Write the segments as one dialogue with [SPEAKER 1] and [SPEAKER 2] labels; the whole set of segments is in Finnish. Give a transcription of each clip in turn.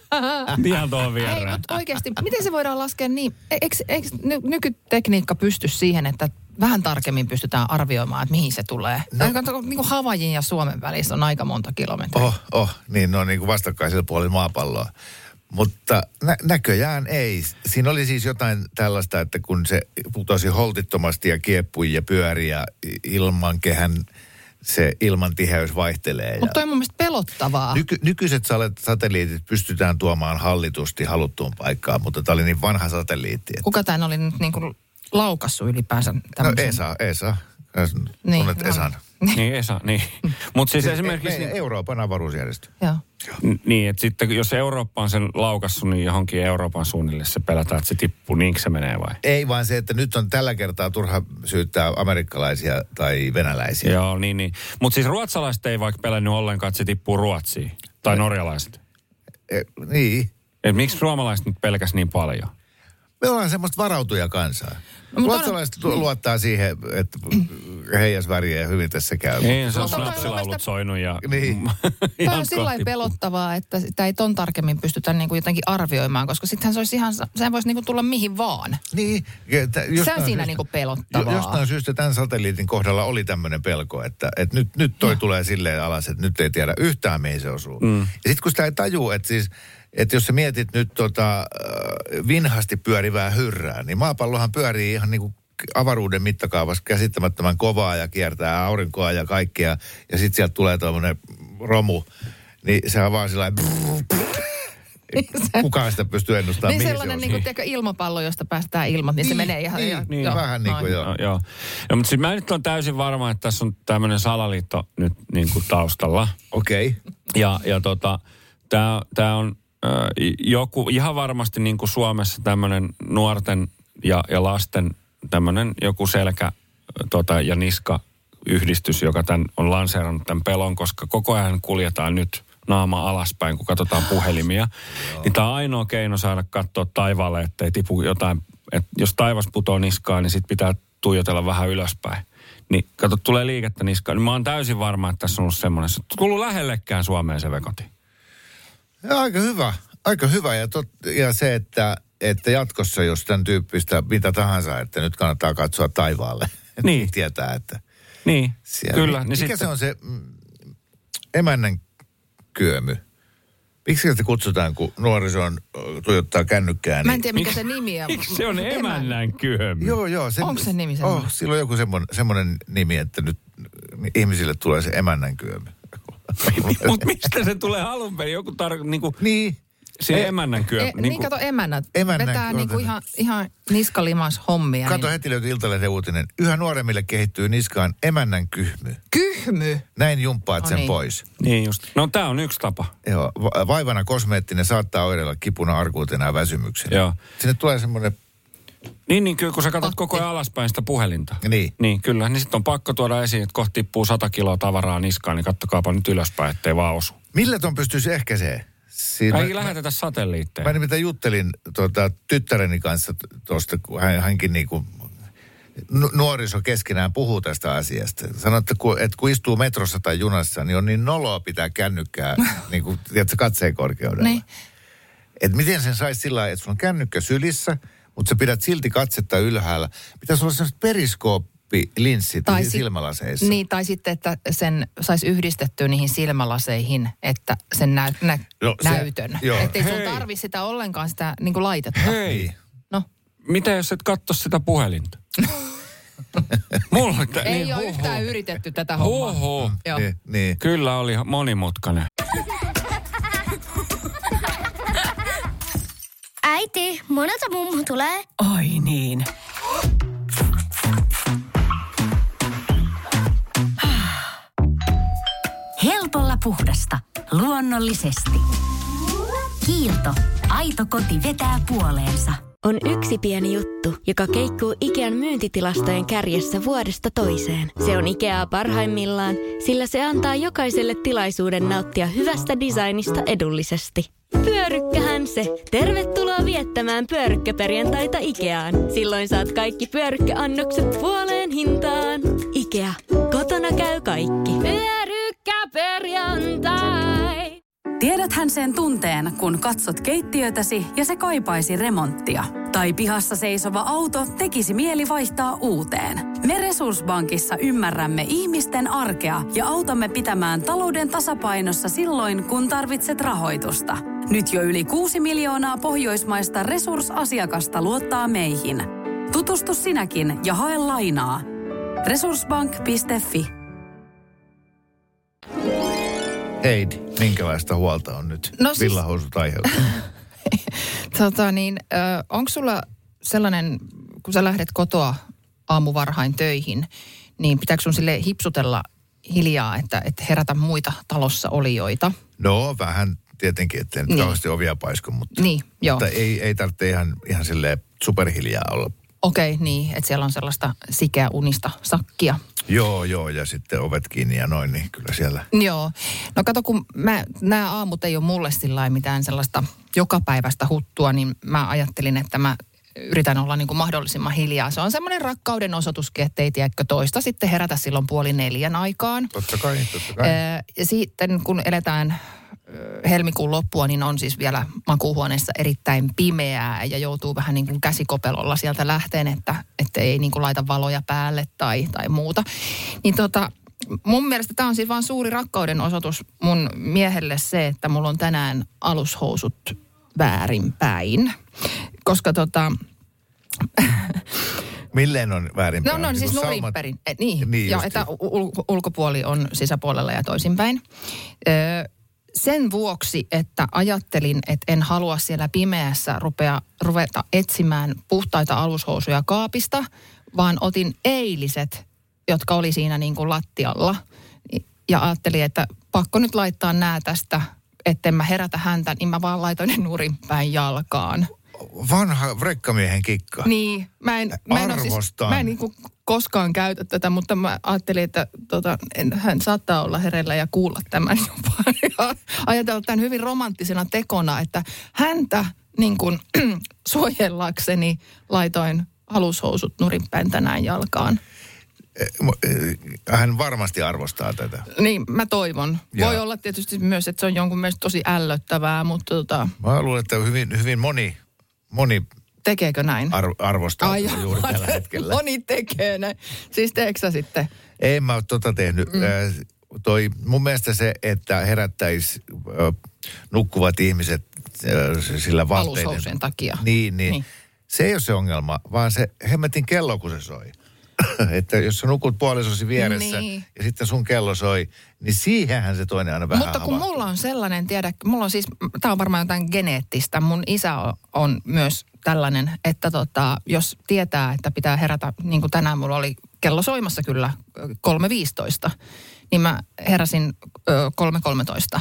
[SPEAKER 1] Ihan tuohon
[SPEAKER 2] Ei, mutta oikeasti, miten se voidaan laskea niin? E- Eikö, eikö ny- nykytekniikka pysty siihen, että vähän tarkemmin pystytään arvioimaan, että mihin se tulee. No. Niin kuin Havajin ja Suomen välissä on aika monta kilometriä.
[SPEAKER 3] Oh, oh, niin ne on niin kuin vastakkaisella puolella maapalloa. Mutta nä- näköjään ei. Siinä oli siis jotain tällaista, että kun se putosi holtittomasti ja kieppui ja pyöri ja ilmankehän se ilmantiheys vaihtelee.
[SPEAKER 2] Mutta toi
[SPEAKER 3] ja
[SPEAKER 2] on mun mielestä pelottavaa.
[SPEAKER 3] nyky- nykyiset sale- satelliitit pystytään tuomaan hallitusti haluttuun paikkaan, mutta tämä oli niin vanha satelliitti. Että...
[SPEAKER 2] Kuka tämän oli nyt niin kuin laukassu ylipäänsä?
[SPEAKER 3] No
[SPEAKER 2] tämmöisen?
[SPEAKER 3] Esa, Esa. Niin,
[SPEAKER 2] Niin,
[SPEAKER 3] Tunnet
[SPEAKER 2] no.
[SPEAKER 3] Esan.
[SPEAKER 1] Niin Esa, niin. Mutta siis esimerkiksi...
[SPEAKER 3] Meidän Euroopan avaruusjärjestö.
[SPEAKER 2] Joo.
[SPEAKER 1] N- Niin, että sitten jos Eurooppa on sen laukassu, niin johonkin Euroopan suunnille se pelätään, että se tippuu, niinkö se menee vai?
[SPEAKER 3] Ei vaan se, että nyt on tällä kertaa turha syyttää amerikkalaisia tai venäläisiä.
[SPEAKER 1] Joo, niin, niin. Mutta siis ruotsalaiset ei vaikka pelännyt ollenkaan, että se tippuu Ruotsiin. Tai norjalaiset.
[SPEAKER 3] E, niin.
[SPEAKER 1] Et miksi suomalaiset nyt pelkäs niin paljon?
[SPEAKER 3] Me ollaan semmoista varautuja kansaa. No,
[SPEAKER 2] mutta
[SPEAKER 3] Luotsalaiset tu- luottaa siihen, että heijasväriä ja hyvin tässä käy.
[SPEAKER 1] Ei, Niin, se on
[SPEAKER 2] Mutta toi on
[SPEAKER 1] snapsilaulut
[SPEAKER 2] mielestä-
[SPEAKER 1] soinut ja...
[SPEAKER 3] Niin.
[SPEAKER 2] Tämä
[SPEAKER 1] ihan
[SPEAKER 2] on sillä lailla
[SPEAKER 1] kohti-
[SPEAKER 2] pelottavaa, että sitä ei ton tarkemmin pystytä niin kuin jotenkin arvioimaan, koska sittenhän se olisi ihan, sehän voisi niin kuin tulla mihin vaan.
[SPEAKER 3] Niin. ja tä- jostain
[SPEAKER 2] siinä niinku pelottavaa.
[SPEAKER 3] Jo, jostain syystä tämän satelliitin kohdalla oli tämmöinen pelko, että, että nyt, nyt toi tulee silleen alas, että nyt ei tiedä yhtään mihin se osuu. Mm. Ja sitten kun sitä ei tajua, että siis, että jos sä mietit nyt tota, äh, vinhasti pyörivää hyrrää, niin maapallohan pyörii ihan niin kuin avaruuden mittakaavassa käsittämättömän kovaa ja kiertää aurinkoa ja kaikkea. Ja sitten sieltä tulee tuommoinen romu, niin se on vaan sillä lailla- Kukaan sitä pystyy ennustamaan,
[SPEAKER 2] niin
[SPEAKER 3] mihin
[SPEAKER 2] sellainen
[SPEAKER 3] se
[SPEAKER 2] niin kuin, tiedätkö, ilmapallo, josta päästään ilmat, niin, niin se menee ihan...
[SPEAKER 3] niin,
[SPEAKER 2] ihan-
[SPEAKER 3] niin,
[SPEAKER 2] joo,
[SPEAKER 3] vähän niin kuin
[SPEAKER 2] noin.
[SPEAKER 3] joo.
[SPEAKER 1] No, joo. No, mutta siis mä nyt on täysin varma, että tässä on tämmöinen salaliitto nyt niin kuin taustalla.
[SPEAKER 3] Okei. Okay.
[SPEAKER 1] Ja, ja tota, tämä on ö, joku, ihan varmasti niin kuin Suomessa tämmöinen nuorten ja, ja lasten tämmöinen joku selkä ö, tota, ja niska yhdistys, joka tän, on lanseerannut tämän pelon, koska koko ajan kuljetaan nyt naama alaspäin, kun katsotaan puhelimia. niin tämä on ainoa keino saada katsoa taivaalle, ettei tipu jotain. Et jos taivas putoo niskaan, niin sit pitää tuijotella vähän ylöspäin niin kato, tulee liikettä niskaan. Niin mä oon täysin varma, että tässä on ollut semmoinen. Se ei tullut lähellekään Suomeen se vekoti.
[SPEAKER 3] Ja aika hyvä, aika hyvä. Ja, tot, ja se, että, että jatkossa, jos tämän tyyppistä mitä tahansa, että nyt kannattaa katsoa taivaalle.
[SPEAKER 1] Niin.
[SPEAKER 3] Tietää, että
[SPEAKER 1] Niin,
[SPEAKER 3] siellä.
[SPEAKER 1] kyllä.
[SPEAKER 3] Mikä
[SPEAKER 1] Niin sitten,
[SPEAKER 3] se on se mm, emännän kyömy? Miksi sitä kutsutaan, kun nuoriso on, ö, tuijottaa kännykkää?
[SPEAKER 2] Mä
[SPEAKER 3] Niin...
[SPEAKER 2] en tiedä, mikä se nimi on.
[SPEAKER 1] se on emännän kyömi.
[SPEAKER 3] Joo, joo. Se,
[SPEAKER 2] Onko se nimi
[SPEAKER 3] Oh,
[SPEAKER 2] semmoinen?
[SPEAKER 3] sillä on joku semmoinen, semmoinen nimi, että nyt ihmisille tulee se emännän kyömy.
[SPEAKER 1] Mutta mistä se tulee alun perin? Joku tar... niinku,
[SPEAKER 3] niin.
[SPEAKER 1] se
[SPEAKER 3] Ei,
[SPEAKER 1] emännän Niinku-
[SPEAKER 2] E,
[SPEAKER 1] kyömi.
[SPEAKER 2] niin, niin kato emännät.
[SPEAKER 3] Emännät,
[SPEAKER 2] Vetää niin
[SPEAKER 3] odotan.
[SPEAKER 2] kuin ihan, ihan niskalimas hommia.
[SPEAKER 3] Kato,
[SPEAKER 2] niin.
[SPEAKER 3] heti löytyi Iltalehden uutinen. Yhä nuoremmille kehittyy niskaan emännän kyhmy.
[SPEAKER 2] Kyhmy.
[SPEAKER 3] Näin jumppaat
[SPEAKER 2] No
[SPEAKER 3] sen
[SPEAKER 2] niin.
[SPEAKER 3] pois.
[SPEAKER 1] niin just. No tää on yksi tapa.
[SPEAKER 3] Joo, va- vaivana kosmeettinen saattaa oireilla kipuna, arkuutena ja väsymyksenä.
[SPEAKER 1] Joo.
[SPEAKER 3] Sinne tulee semmoinen,
[SPEAKER 1] Niin, niin kyllä, kun sä katsot koko ajan alaspäin sitä puhelinta.
[SPEAKER 3] Niin.
[SPEAKER 1] Niin, kyllä. Niin sitten on pakko tuoda esiin, että kohta tippuu 100 kiloa tavaraa niskaan, niin kattokaapa nyt ylöspäin, ettei vaan osu.
[SPEAKER 3] millä ton pystyisi ehkäisee? Siinä,
[SPEAKER 1] Ei lähetetä satelliitteja.
[SPEAKER 3] Niin, mä nimittäin juttelin tuota, tyttäreni kanssa tuosta, kun hän, hänkin niinku, nu- nuoriso keskenään puhuu tästä asiasta. Sanoi, että kun, että kun istuu metrossa tai junassa, niin on niin noloa pitää kännykkää, niin kuin, tiedätkö, katseen korkeudella.
[SPEAKER 2] Niin.
[SPEAKER 3] Et miten sen saisi sillä lailla, että sulla on kännykkä sylissä, mutta sä pidät silti katsetta ylhäällä. Pitäisi olla sellaiset periskooppilinssit tai
[SPEAKER 2] sit-
[SPEAKER 3] silmälaseissa.
[SPEAKER 2] Niin, tai sitten, että sen saisi yhdistettyä niihin silmälaseihin, että sen nä, nä,
[SPEAKER 3] No,
[SPEAKER 2] no,
[SPEAKER 3] se-
[SPEAKER 2] näytön.
[SPEAKER 3] joo.
[SPEAKER 2] Että ei sun
[SPEAKER 1] Hei.
[SPEAKER 2] tarvi sitä ollenkaan sitä niin kuin laitetta.
[SPEAKER 1] Hei,
[SPEAKER 2] No,
[SPEAKER 1] Mitä jos et katso sitä puhelinta? Mulla on tä-
[SPEAKER 2] ei
[SPEAKER 1] niin,
[SPEAKER 2] ole
[SPEAKER 1] huhu.
[SPEAKER 2] yhtään yritetty tätä hommaa.
[SPEAKER 1] Huhu.
[SPEAKER 2] Joo.
[SPEAKER 3] Niin, niin.
[SPEAKER 1] Kyllä oli monimutkainen.
[SPEAKER 4] Äiti, monelta mummu tulee?
[SPEAKER 5] Ai niin.
[SPEAKER 6] Helpolla puhdasta. Luonnollisesti. Kiilto. Aito koti vetää puoleensa.
[SPEAKER 7] on yksi pieni juttu, joka keikkuu Ikean myyntitilastojen kärjessä vuodesta toiseen. Se on Ikeaa parhaimmillaan, sillä se antaa jokaiselle tilaisuuden nauttia hyvästä designista edullisesti. Pyörykkähän se! Tervetuloa viettämään pyörykkäperjantaita Ikeaan. Silloin saat kaikki pyörykkäannokset puoleen hintaan. Ikea, kotona käy kaikki. Pyörykkäperjantai!
[SPEAKER 5] Tiedäthän sen tunteen, kun katsot keittiötäsi ja se kaipaisi remonttia. Tai pihassa seisova auto tekisi mieli vaihtaa uuteen. Me Resurssbankissa ymmärrämme ihmisten arkea ja autamme pitämään talouden tasapainossa silloin, kun tarvitset rahoitusta. Nyt jo yli 6 miljoonaa pohjoismaista resursasiakasta luottaa meihin. Tutustu sinäkin ja hae lainaa. Resurssbank.fi
[SPEAKER 3] Heidi, minkälaista huolta on nyt
[SPEAKER 2] No
[SPEAKER 3] no
[SPEAKER 2] siis-
[SPEAKER 3] siis... villahousut aiheuttanut?
[SPEAKER 2] Tota niin, onko sulla sellainen, kun sä lähdet kotoa aamuvarhain töihin, niin pitääkö sun sille hipsutella hiljaa, että, että herätä muita talossa olijoita?
[SPEAKER 3] No vähän tietenkin, ettei nyt
[SPEAKER 2] Niin.
[SPEAKER 3] niin. kauheasti ovia paisku, mutta,
[SPEAKER 2] Niin, joo.
[SPEAKER 3] mutta ei, ei tarvitse ihan, ihan silleen superhiljaa olla.
[SPEAKER 2] Okei, okay, niin, että siellä on sellaista sikeä unista sakkia.
[SPEAKER 3] Joo, joo, ja sitten ovet kiinni ja noin, niin kyllä siellä.
[SPEAKER 2] Joo. No kato, kun mä, nämä aamut ei ole mulle sillä lailla mitään sellaista jokapäiväistä huttua, niin mä ajattelin, että mä yritän olla niin kuin mahdollisimman hiljaa. Se on semmoinen rakkauden osoituskin, ettei tiedäkö toista sitten herätä silloin puoli neljän aikaan.
[SPEAKER 3] Totta kai, totta kai.
[SPEAKER 2] Öö, ja sitten kun eletään öö, helmikuun loppua, niin on siis vielä makuuhuoneessa erittäin pimeää ja joutuu vähän niin kuin käsikopelolla sieltä lähteen, että, että ei niin kuin laita valoja päälle tai, tai muuta. Niin tota, mun mielestä tämä on siis vaan suuri rakkauden osoitus mun miehelle se, että mulla on tänään alushousut väärinpäin. Koska tota,
[SPEAKER 3] Milleen on väärin?
[SPEAKER 2] No, no siis nurinperin. Eh, niin,
[SPEAKER 3] Niin
[SPEAKER 2] niin joo,
[SPEAKER 3] justiin.
[SPEAKER 2] että ul- ulkopuoli on sisäpuolella ja toisinpäin. Öö, sen vuoksi, että ajattelin, että en halua siellä pimeässä rupea, ruveta etsimään puhtaita alushousuja kaapista, vaan otin eiliset, jotka oli siinä niin kuin lattialla. Ja ajattelin, että pakko nyt laittaa nämä tästä, etten mä herätä häntä, niin mä vaan laitoin ne nurinpäin jalkaan.
[SPEAKER 3] Vanha rekkamiehen kikka.
[SPEAKER 2] Niin, mä en, mä en, oo siis,
[SPEAKER 3] Arvostan.
[SPEAKER 2] mä en niinku koskaan käytä tätä, mutta mä ajattelin, että tota, en, hän saattaa olla hereillä ja kuulla tämän jopa. Ja ajatella tämän hyvin romanttisena tekona, että häntä niin kuin, suojellakseni laitoin alushousut nurinpäin tänään jalkaan.
[SPEAKER 3] eh, Hän varmasti arvostaa tätä.
[SPEAKER 2] Niin, mä toivon.
[SPEAKER 3] Joo.
[SPEAKER 2] Voi olla tietysti myös, että se on jonkun mielestä tosi ällöttävää, mutta tota,
[SPEAKER 3] Mä luulen, että hyvin, hyvin moni, moni
[SPEAKER 2] tekeekö näin?
[SPEAKER 3] ar- arvostaa
[SPEAKER 2] Ai No.
[SPEAKER 3] tätä juuri
[SPEAKER 2] jaa.
[SPEAKER 3] tällä hetkellä.
[SPEAKER 2] Moni tekee näin. Siis teekö sä sitten?
[SPEAKER 3] Ei mä ole tota tehnyt. Mm. Toi, mun mielestä se, että herättäisi nukkuvat ihmiset ö, sillä valteiden...
[SPEAKER 2] Alushousujen takia.
[SPEAKER 3] Niin, niin,
[SPEAKER 2] Niin.
[SPEAKER 3] niin. Se ei ole se ongelma, vaan se hemmetin kello, kun se soi. että jos sä nukut puolisosi vieressä
[SPEAKER 2] Niin.
[SPEAKER 3] niin. ja sitten sun kello soi, niin siihenhän se toinen aina vähän
[SPEAKER 2] Mutta kun
[SPEAKER 3] havahtuu.
[SPEAKER 2] mulla on sellainen, tiedä, mulla on siis, tämä on varmaan jotain geneettistä, mun isä on, on myös tällainen, että tota, jos tietää, että pitää herätä, niin kuin tänään mulla oli kello soimassa kyllä ö, 3.15, niin mä heräsin ö, 3.13.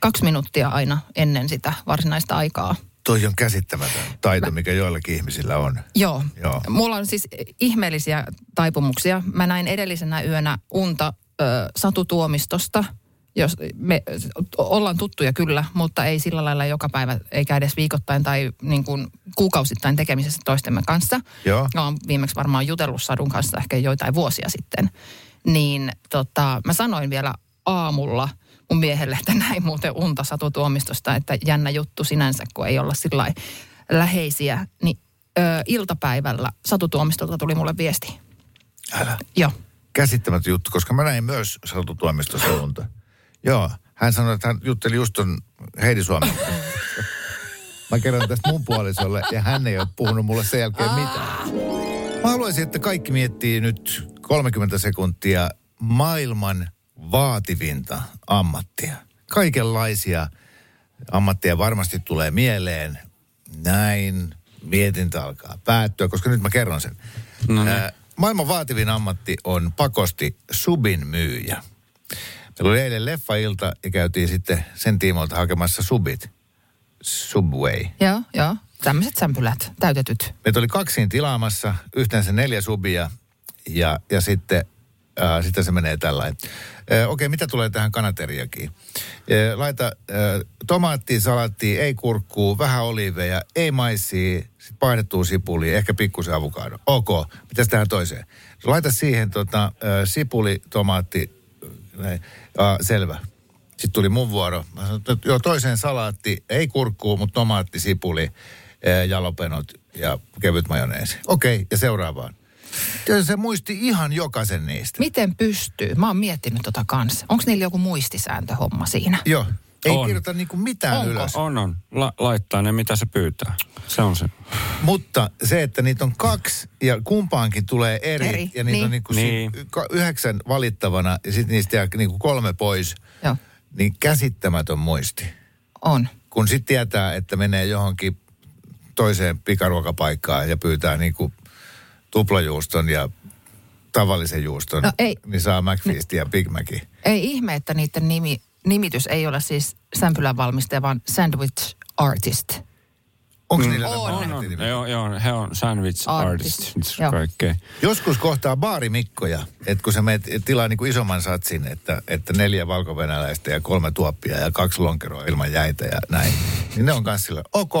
[SPEAKER 2] Kaksi minuuttia aina ennen sitä varsinaista aikaa.
[SPEAKER 3] Toi on käsittämätön taito, mikä joillakin ihmisillä on.
[SPEAKER 2] Joo. Joo.
[SPEAKER 3] Joo.
[SPEAKER 2] Mulla on siis ihmeellisiä taipumuksia. Mä näin edellisenä yönä unta ö, Satu Tuomistosta. Jos me ö, ollaan tuttuja kyllä, mutta ei sillä lailla joka päivä, eikä edes viikoittain tai niin kuin kuukausittain tekemisessä toistemme kanssa.
[SPEAKER 3] Joo.
[SPEAKER 2] Mä oon viimeksi varmaan jutellut Sadun kanssa ehkä joitain vuosia sitten. Niin tota, mä sanoin vielä aamulla mun miehelle, että näin muuten unta Satu Tuomistosta, että jännä juttu sinänsä, kun ei olla sillä lailla läheisiä. Niin ö, iltapäivällä Satu Tuomistolta tuli mulle viesti.
[SPEAKER 3] Älä.
[SPEAKER 2] Joo.
[SPEAKER 3] Käsittämätön juttu, koska mä näin myös satutoimistossa unta. Joo, hän sanoi, että hän jutteli just ton Heidi Suomen kanssa. Mä kerron tästä mun puolisolle ja hän ei ole puhunut mulle sen jälkeen mitään. Mä haluaisin, että kaikki miettii nyt 30 sekuntia maailman vaativinta ammattia. Kaikenlaisia ammattia varmasti tulee mieleen. Näin, mietintä alkaa päättyä, koska nyt mä kerron sen. No niin. Maailman vaativin ammatti on pakosti subin myyjä. Meillä oli eilen leffailta ja käytiin sitten sen tiimoilta hakemassa subit. Subway.
[SPEAKER 2] Joo, joo. Tämmöiset sämpylät, täytetyt.
[SPEAKER 3] Meitä oli kaksin tilaamassa, yhteensä neljä subia ja, ja sitten, äh, sitten se menee tällainen. Äh, Okei, mitä tulee tähän kanateriakiin? Äh, laita äh, tomaattia, salattia, ei kurkkuu, vähän oliiveja, ei maissia, sitten painettua sipulia, ehkä pikkusen avokado. Ok, mitäs tähän toiseen? Laita siihen tota, äh, sipuli, tomaatti, äh, näin. Äh, selvä. Sitten tuli mun vuoro. Mä sanoin, että joo, toiseen salaatti, ei kurkkuu, mutta tomaatti, sipuli, eh, jalopenot ja kevyt majoneesi. Okei, okay, ja seuraavaan. Ja se muisti ihan jokaisen niistä.
[SPEAKER 2] Miten pystyy? Mä oon miettinyt tota kanssa. Onko niillä joku muistisääntöhomma siinä?
[SPEAKER 3] Joo. Ei
[SPEAKER 1] On.
[SPEAKER 3] kirjoita niinku mitään
[SPEAKER 2] Onko?
[SPEAKER 3] ylös.
[SPEAKER 1] On, on. La- laittaa ne, mitä se pyytää. Se on se.
[SPEAKER 3] Mutta se, että niitä on kaksi ja kumpaankin tulee eri,
[SPEAKER 2] Eri,
[SPEAKER 3] ja niitä
[SPEAKER 2] niin.
[SPEAKER 3] on niinku
[SPEAKER 1] Niin.
[SPEAKER 3] niin. yhdeksän valittavana ja sitten niistä jää niinku kolme pois,
[SPEAKER 2] Joo,
[SPEAKER 3] niin käsittämätön muisti.
[SPEAKER 2] on.
[SPEAKER 3] Kun sitten tietää, että menee johonkin toiseen pikaruokapaikkaan ja pyytää niinku tuplajuuston ja tavallisen juuston,
[SPEAKER 2] No ei.
[SPEAKER 3] niin saa McFeastin ja Big Macin.
[SPEAKER 2] Ei ihme, että niiden nimi, nimitys ei ole siis sämpylän valmistaja, vaan sandwich artist.
[SPEAKER 3] Onko niillä
[SPEAKER 1] Mm. on,
[SPEAKER 3] tämä
[SPEAKER 1] on, on.
[SPEAKER 3] ammattinimi?
[SPEAKER 1] Joo, joo, he on sandwich
[SPEAKER 2] Artist.
[SPEAKER 1] artist.
[SPEAKER 2] Joo.
[SPEAKER 1] Kaikkea.
[SPEAKER 3] Joskus kohtaa baarimikkoja, että kun sä meet, tilaa niin kuin isomman satsin, että, että neljä valkovenäläistä ja kolme tuoppia ja kaksi lonkeroa ilman jäitä ja näin, niin ne on kanssa sillä, ok.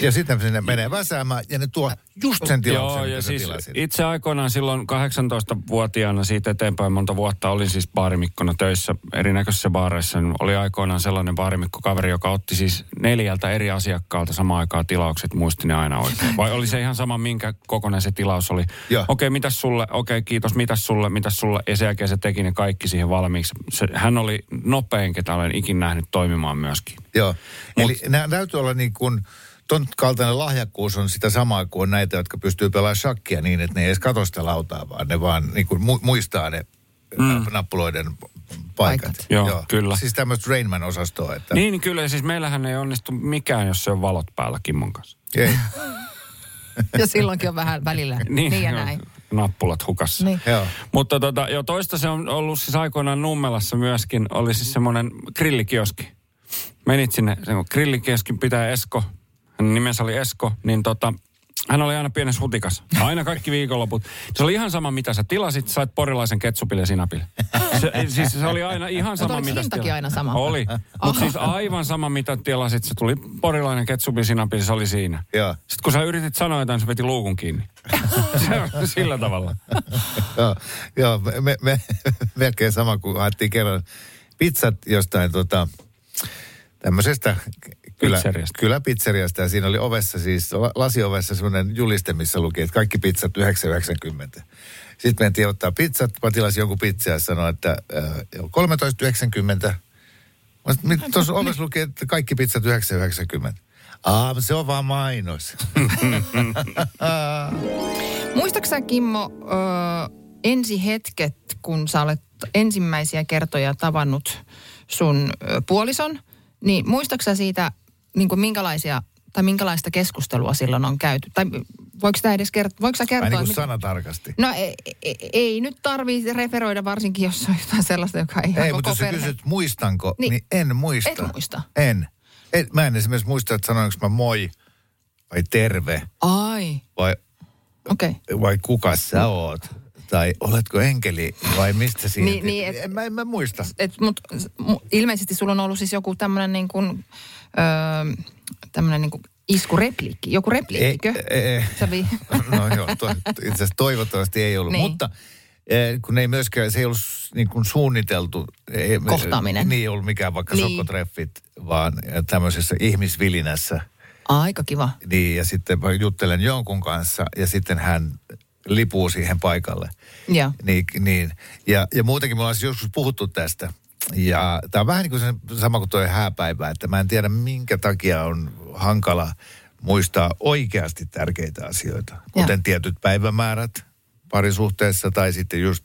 [SPEAKER 3] Ja sitten sinne menee väsäämään ja ne tuo just sen tilauksen,
[SPEAKER 1] Joo,
[SPEAKER 3] mitä
[SPEAKER 1] ja
[SPEAKER 3] sä
[SPEAKER 1] siis
[SPEAKER 3] tilasit.
[SPEAKER 1] itse aikoinaan silloin 18-vuotiaana siitä eteenpäin monta vuotta olin siis baarimikkona töissä erinäköisissä baareissa. Niin Oli aikoinaan sellainen baarimikko-kaveri, joka otti siis neljältä eri asiakkaalta samaan aikaan tilaukset, muisti ne aina oikein. Vai oli se ihan sama, minkä kokonainen se tilaus oli?
[SPEAKER 3] Joo.
[SPEAKER 1] Okei, mitäs sulle? Okei, kiitos, mitäs sulle? Mitäs sulle? Ja sen jälkeen se teki ne kaikki siihen valmiiksi. Se, hän oli nopein, ketä olen ikinä nähnyt toimimaan myöskin.
[SPEAKER 3] Joo. Eli nämä täytyy olla niin kuin, ton kaltainen lahjakkuus on sitä samaa kuin näitä, jotka pystyy pelaamaan shakkia niin, että ne ei edes katso sitä lautaa, vaan ne vaan niin kuin mu- muistaa ne mm. nappuloiden paikat.
[SPEAKER 2] Paikat.
[SPEAKER 1] Joo, kyllä.
[SPEAKER 3] Siis tämmöistä Rainman-osastoa, että niin.
[SPEAKER 1] Niin, niin kyllä. Siis meillähän ei onnistu mikään, jos se on valot päällä Kimmon kanssa.
[SPEAKER 3] ei,
[SPEAKER 2] Ja silloinkin on vähän välillä niin, ja näin.
[SPEAKER 1] Nappulat hukassa.
[SPEAKER 2] Niin.
[SPEAKER 3] joo.
[SPEAKER 1] Mutta tota, jo toista se on ollut siis aikoinaan Nummelassa myöskin. Oli siis semmoinen grillikioski. Menit sinne, se on grillikioskin pitää Esko. Hänen nimensä oli Esko. Niin tota, hän oli aina pienessä hutikassa. Aina kaikki viikonloput. Se oli ihan sama, mitä sä tilasit. Sait porilaisen ketsupille ja sinapille. Se, siis se oli aina ihan sama,
[SPEAKER 2] oliko
[SPEAKER 1] mitä sä
[SPEAKER 2] hintakin
[SPEAKER 1] tilasit.
[SPEAKER 2] aina sama?
[SPEAKER 1] Oli. Mutta siis aivan sama, mitä tilasit. Se tuli porilainen ketsupi sinapille, se oli siinä.
[SPEAKER 3] Joo.
[SPEAKER 1] Sitten kun sä yritit sanoa jotain, se veti luukun kiinni. se on sillä tavalla.
[SPEAKER 3] Joo, joo me, me, me, melkein sama kuin haettiin kerran pizzat jostain tota, tämmöisestä kylä,
[SPEAKER 1] Pizzeriasta.
[SPEAKER 3] kyläpizzeriasta. Ja siinä oli ovessa siis, la- lasiovessa semmoinen juliste, missä luki, että kaikki pizzat 9,90. Sitten mentiin ottaa pizzat, mä tilasin jonkun pizzaa ja sanoin, että äh, joo, 13,90. Mä sit- mit- Tuossa ovessa luki, että kaikki pizzat 9,90. Aa, se on vaan mainos.
[SPEAKER 2] Muistaaksä Kimmo, ö, ensi hetket, kun sä olet ensimmäisiä kertoja tavannut sun ö, puolison, niin muistaaksä siitä, niin kuin minkälaisia tai minkälaista keskustelua silloin on käyty? Tai voiko sitä edes kert- voiko sä kertoa?
[SPEAKER 3] Mä niin kuin
[SPEAKER 2] mitä-
[SPEAKER 3] sanatarkasti.
[SPEAKER 2] No ei, ei, ei nyt tarvii referoida varsinkin, jos on jotain sellaista, joka ei ihan
[SPEAKER 3] Ei, mutta
[SPEAKER 2] koko
[SPEAKER 3] jos sä
[SPEAKER 2] perhe...
[SPEAKER 3] kysyt muistanko, niin,
[SPEAKER 2] Niin.
[SPEAKER 3] niin en muista.
[SPEAKER 2] Et muista.
[SPEAKER 3] En. en. Mä en esimerkiksi muista, että sanoinko mä moi vai terve
[SPEAKER 2] Ai,
[SPEAKER 3] vai,
[SPEAKER 2] okei. Okay.
[SPEAKER 3] vai kuka sä oot. Tai oletko enkeli vai mistä siinä.
[SPEAKER 2] Niin, niin, et-
[SPEAKER 3] en, mä, en mä muista.
[SPEAKER 2] Et, mut, mu- ilmeisesti sulla on ollut siis joku tämmöinen niin kuin, öö, tämmönen niin kuin iskurepliikki. Joku repliikkikö?
[SPEAKER 3] Ei, ei.
[SPEAKER 2] Sä vi-
[SPEAKER 3] No joo, to, itse asiassa toivottavasti ei ollut.
[SPEAKER 2] Niin.
[SPEAKER 3] Mutta eh, kun ei myöskään, se ei ollut s- niin kuin suunniteltu. Ei,
[SPEAKER 2] Kohtaaminen.
[SPEAKER 3] Niin ei ollut mikään vaikka
[SPEAKER 2] Niin.
[SPEAKER 3] niin. sokkotreffit, vaan eh, tämmöisessä ihmisvilinässä.
[SPEAKER 2] Aika kiva.
[SPEAKER 3] Niin, ja sitten mä juttelen jonkun kanssa ja sitten hän lipuu siihen paikalle.
[SPEAKER 2] Joo.
[SPEAKER 3] Niin, niin. Ja, ja muutenkin me ollaan siis joskus puhuttu tästä. Ja tämä on vähän niin kuin se sama kuin tuo hääpäivä, että mä en tiedä minkä takia on hankala muistaa oikeasti tärkeitä asioita. Kuten tietyt päivämäärät parisuhteessa tai sitten just,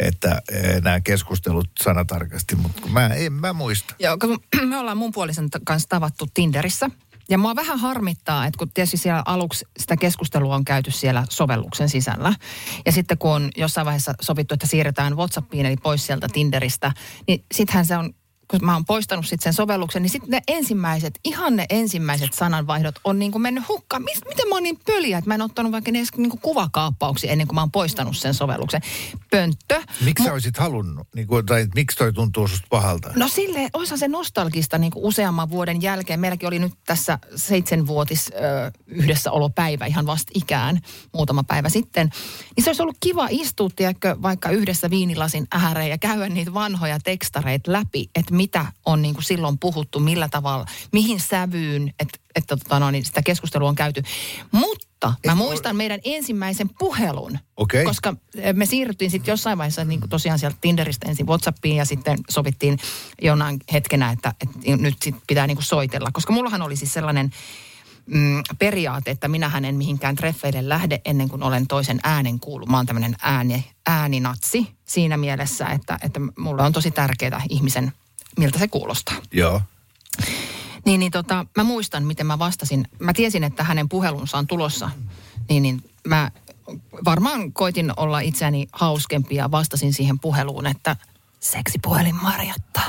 [SPEAKER 3] että eh, nämä keskustelut sanatarkasti, mutta mä en mä muista.
[SPEAKER 2] Joo, kun me ollaan mun puolisen t- kanssa tavattu Tinderissä. Ja mua vähän harmittaa, että kun tietysti siellä aluksi sitä keskustelua on käyty siellä sovelluksen sisällä. Ja sitten kun on jossain vaiheessa sovittu, että siirretään Whatsappiin eli pois sieltä Tinderistä, niin sittenhän se on, kun mä oon poistanut sitten sen sovelluksen, niin sitten ne ensimmäiset, ihan ne ensimmäiset sananvaihdot on niin kuin mennyt hukkaan. Mis, miten mä oon niin pöliä, että mä en ottanut vaikka edes niin kuin kuvakaappauksia ennen kuin mä oon poistanut sen sovelluksen. Pönttö.
[SPEAKER 3] Miksi sä olisit halunnut, niin kuin, tai miksi toi tuntuu susta pahalta?
[SPEAKER 2] No sille osa se nostalgista niin kuin useamman vuoden jälkeen. Meilläkin oli nyt tässä seitsemänvuotis ö, yhdessäolopäivä ihan vasta ikään muutama päivä sitten. Niin se olisi ollut kiva istua, tiedätkö, vaikka yhdessä viinilasin ääreen ja käydä niitä vanhoja tekstareita läpi, että mitä on niin kuin silloin puhuttu, millä tavalla, mihin sävyyn, että et, tota, no, niin sitä keskustelua on käyty. Mutta mä muistan meidän ensimmäisen puhelun,
[SPEAKER 3] Okei.
[SPEAKER 2] koska eh, me siirryttiin sitten jossain vaiheessa niin kuin tosiaan sieltä Tinderistä ensin Whatsappiin ja sitten sovittiin jonain hetkenä, että, että nyt sit pitää niin kuin soitella. Koska mullahan oli siis sellainen mm, periaate, että minä en mihinkään treffeille lähde ennen kuin olen toisen äänen kuullut. Mä oon tämmöinen ääni, ääninatsi siinä mielessä, että, että mulla on tosi tärkeää ihmisen, miltä se kuulostaa.
[SPEAKER 3] Joo.
[SPEAKER 2] Niin, niin tota, mä muistan, miten mä vastasin. Mä tiesin, että hänen puhelunsa on tulossa. Niin, niin mä varmaan koitin olla itseäni hauskempi ja vastasin siihen puheluun, että seksipuhelin Marjatta.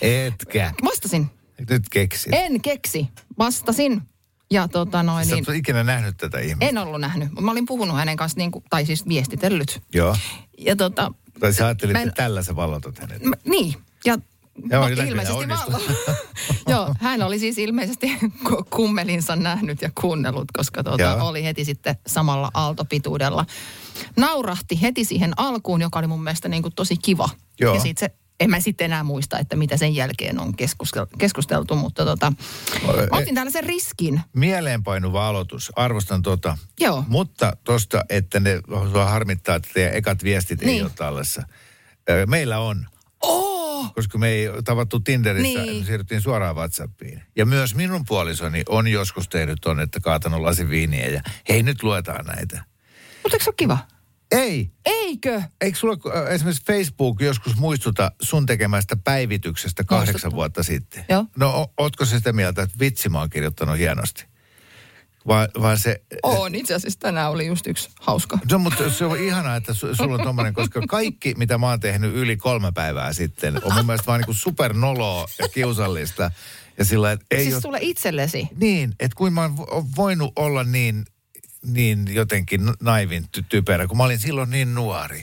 [SPEAKER 3] Etkä.
[SPEAKER 2] Vastasin.
[SPEAKER 3] Nyt keksit.
[SPEAKER 2] En keksi. Vastasin. Ja tota noin,
[SPEAKER 3] Sä
[SPEAKER 2] niin,
[SPEAKER 3] et ole ikinä nähnyt tätä ihmistä.
[SPEAKER 2] en ollut nähnyt. Mä olin puhunut hänen kanssa, niin kuin, tai siis viestitellyt.
[SPEAKER 3] Joo.
[SPEAKER 2] Ja tota,
[SPEAKER 3] Tai sä ajattelit,
[SPEAKER 2] Mä en-
[SPEAKER 3] että tällä sä vallotat hänet.
[SPEAKER 2] Mä- Niin, ja
[SPEAKER 3] Joo,
[SPEAKER 2] no,
[SPEAKER 3] jotenkin ne
[SPEAKER 2] ilmeisesti
[SPEAKER 3] onnistu.
[SPEAKER 2] vallo- Joo, hän oli siis ilmeisesti ku- kummelinsa nähnyt ja kuunnellut, koska tuota,
[SPEAKER 3] Joo.
[SPEAKER 2] oli heti sitten samalla aaltopituudella. Naurahti heti siihen alkuun, joka oli mun mielestä niin kuin tosi kiva.
[SPEAKER 3] Joo.
[SPEAKER 2] Ja sit se, en mä sitten enää muista, että mitä sen jälkeen on keskustel- keskusteltu, mutta tota,
[SPEAKER 3] Oi,
[SPEAKER 2] mä otin tällaisen riskin.
[SPEAKER 3] Mieleenpainuva aloitus. Arvostan tota.
[SPEAKER 2] Joo.
[SPEAKER 3] Mutta tosta, että ne sua harmittaa, että teidän ekat viestit niin. ei
[SPEAKER 2] Niin.
[SPEAKER 3] ole tallessa. Ö, Meillä on. Oh! Koska me ei tavattu Tinderissä,
[SPEAKER 2] Niin.
[SPEAKER 3] niin. siirryttiin suoraan Whatsappiin. Ja myös minun puolisoni on joskus tehnyt on, että kaatanut lasin viiniä ja hei nyt luetaan näitä.
[SPEAKER 2] Mutta eikö se ole kiva?
[SPEAKER 3] Ei,
[SPEAKER 2] Eikö?
[SPEAKER 3] Eikö sulla äh, esimerkiksi Facebook joskus muistuta sun tekemästä päivityksestä kahdeksan vuotta sitten?
[SPEAKER 2] Joo.
[SPEAKER 3] No o- ootko sä sitä mieltä, että vitsi mä oon kirjoittanut hienosti? Vai, vai se...
[SPEAKER 2] On, itse asiassa tänään oli just yksi hauska.
[SPEAKER 3] No mutta se on ihanaa, että su- sulla on tommonen, koska kaikki mitä mä oon tehnyt yli kolme päivää sitten on mun mielestä vaan niin supernoloa ja kiusallista. Ja sillä että ei
[SPEAKER 2] Ei siis
[SPEAKER 3] ole...
[SPEAKER 2] sulle itsellesi.
[SPEAKER 3] Niin, että kuin mä oon vo- oon voinut olla niin, niin jotenkin naivin ty- typerä, kun mä olin silloin niin nuori.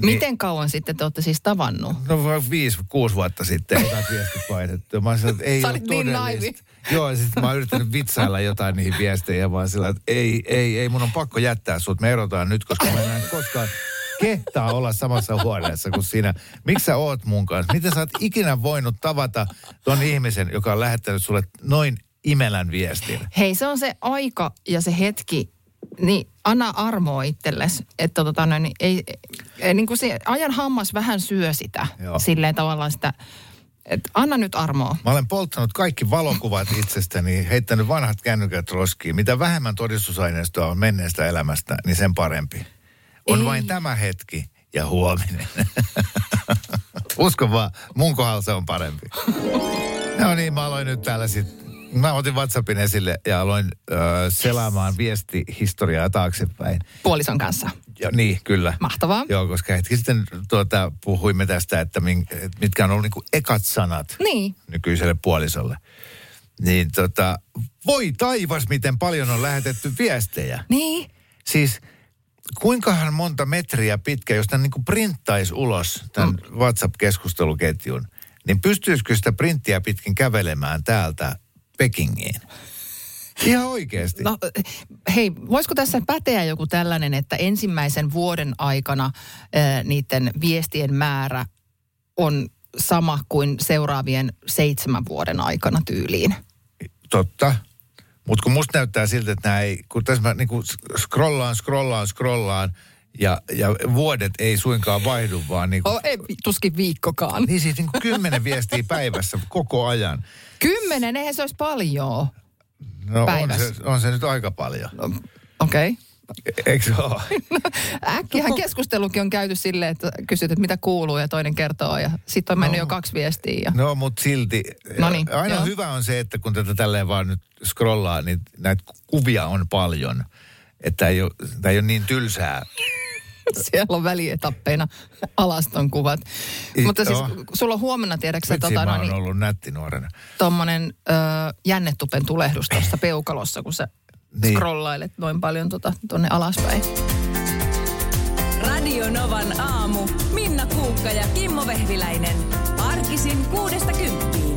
[SPEAKER 3] Niin-
[SPEAKER 2] Miten kauan sitten te olette siis tavannut?
[SPEAKER 3] No vaan viisi, kuusi vuotta sitten jotain viestit painettu. Mä sanoin, että ei
[SPEAKER 2] Sä
[SPEAKER 3] ole
[SPEAKER 2] olit niin naivi.
[SPEAKER 3] todellista. Joo, sitten mä oon yrittänyt vitsailla jotain niihin viesteihin, vaan sillä, että ei, ei, ei, mun on pakko jättää sut. Me erotaan nyt, koska mä enää koskaan kehtaa olla samassa huoneessa kuin sinä. Miksi sä oot mun kanssa? Miten sä oot ikinä voinut tavata ton ihmisen, joka on lähettänyt sulle noin imelän viestin?
[SPEAKER 2] Hei, se on se aika ja se hetki, niin anna armoa itsellesi, että tota noin, niin ei, ei, niin kuin se ajan hammas vähän syö sitä,
[SPEAKER 3] Joo.
[SPEAKER 2] Joo. silleen tavallaan sitä, että anna nyt armoa.
[SPEAKER 3] Mä olen polttanut kaikki valokuvat itsestäni, heittänyt vanhat kännykät roskiin. Mitä vähemmän todistusaineistoa on menneestä elämästä, niin sen parempi. On Ei. vain tämä hetki ja huominen. Usko vaan, mun kohdalla se on parempi. No niin, mä aloin nyt täällä sit. Mä otin WhatsAppin esille ja aloin öö, selaamaan viestihistoriaa taaksepäin.
[SPEAKER 2] Puolison kanssa.
[SPEAKER 3] Ja, niin, kyllä.
[SPEAKER 2] Mahtavaa.
[SPEAKER 3] Joo, koska hetki sitten tuota, puhuimme tästä, että min, et mitkä on ollut niinku ekat sanat
[SPEAKER 2] Niin.
[SPEAKER 3] nykyiselle puolisolle. Niin tota, voi taivas, miten paljon on lähetetty viestejä.
[SPEAKER 2] Niin.
[SPEAKER 3] Siis kuinkahan monta metriä pitkä, jos tämän niin printtaisi ulos, tämän
[SPEAKER 2] Mm.
[SPEAKER 3] WhatsApp-keskusteluketjun, niin pystyisikö sitä printtiä pitkin kävelemään täältä Pekingiin? Ihan oikeasti.
[SPEAKER 2] No, hei, voisiko tässä päteä joku tällainen, että ensimmäisen vuoden aikana äh, niiden viestien määrä on sama kuin seuraavien seitsemän vuoden aikana tyyliin?
[SPEAKER 3] Totta. Mutta kun musta näyttää siltä, että nämä ei, kun tässä mä niinku scrollaan, scrollaan, scrollaan, ja, ja vuodet ei suinkaan vaihdu, vaan niinku,
[SPEAKER 2] Oh, ei, tuskin viikkokaan.
[SPEAKER 3] niin siis niinku kymmenen viestiä päivässä koko ajan.
[SPEAKER 2] Kymmenen, eihän se olisi paljon.
[SPEAKER 3] No on
[SPEAKER 2] Päivässä.
[SPEAKER 3] se, on se nyt aika paljon. No.
[SPEAKER 2] Okei.
[SPEAKER 3] Eikö se ole? No.
[SPEAKER 2] Äkkihän keskustelukin on käyty silleen, että kysyt, että mitä kuuluu ja toinen kertoo ja sitten on mennyt jo kaksi viestiä. Ja...
[SPEAKER 3] No, mutta silti.
[SPEAKER 2] Noniin,
[SPEAKER 3] aina
[SPEAKER 2] joo.
[SPEAKER 3] hyvä on se, että kun tätä tälleen vaan nyt scrollaa, niin näitä kuvia on paljon. Että ei ole, tämä ei ole niin tylsää. No.
[SPEAKER 2] Siellä on välietappeina alaston kuvat.
[SPEAKER 3] It-
[SPEAKER 2] Mutta siis
[SPEAKER 3] joo.
[SPEAKER 2] sulla on huomenna, tiedäksä,
[SPEAKER 3] Vitsi, tota,
[SPEAKER 2] tota,
[SPEAKER 3] mä
[SPEAKER 2] no,
[SPEAKER 3] oon
[SPEAKER 2] niin,
[SPEAKER 3] ollut nätti nuorena.
[SPEAKER 2] tommonen ö, jännetupen tulehdus tuosta peukalossa, kun sä
[SPEAKER 3] Niin.
[SPEAKER 2] niin. scrollailet noin paljon tota, tonne alaspäin.
[SPEAKER 8] Radio Novan aamu. Minna Kuukka ja Kimmo Vehviläinen. Arkisin kuudesta kymppiin.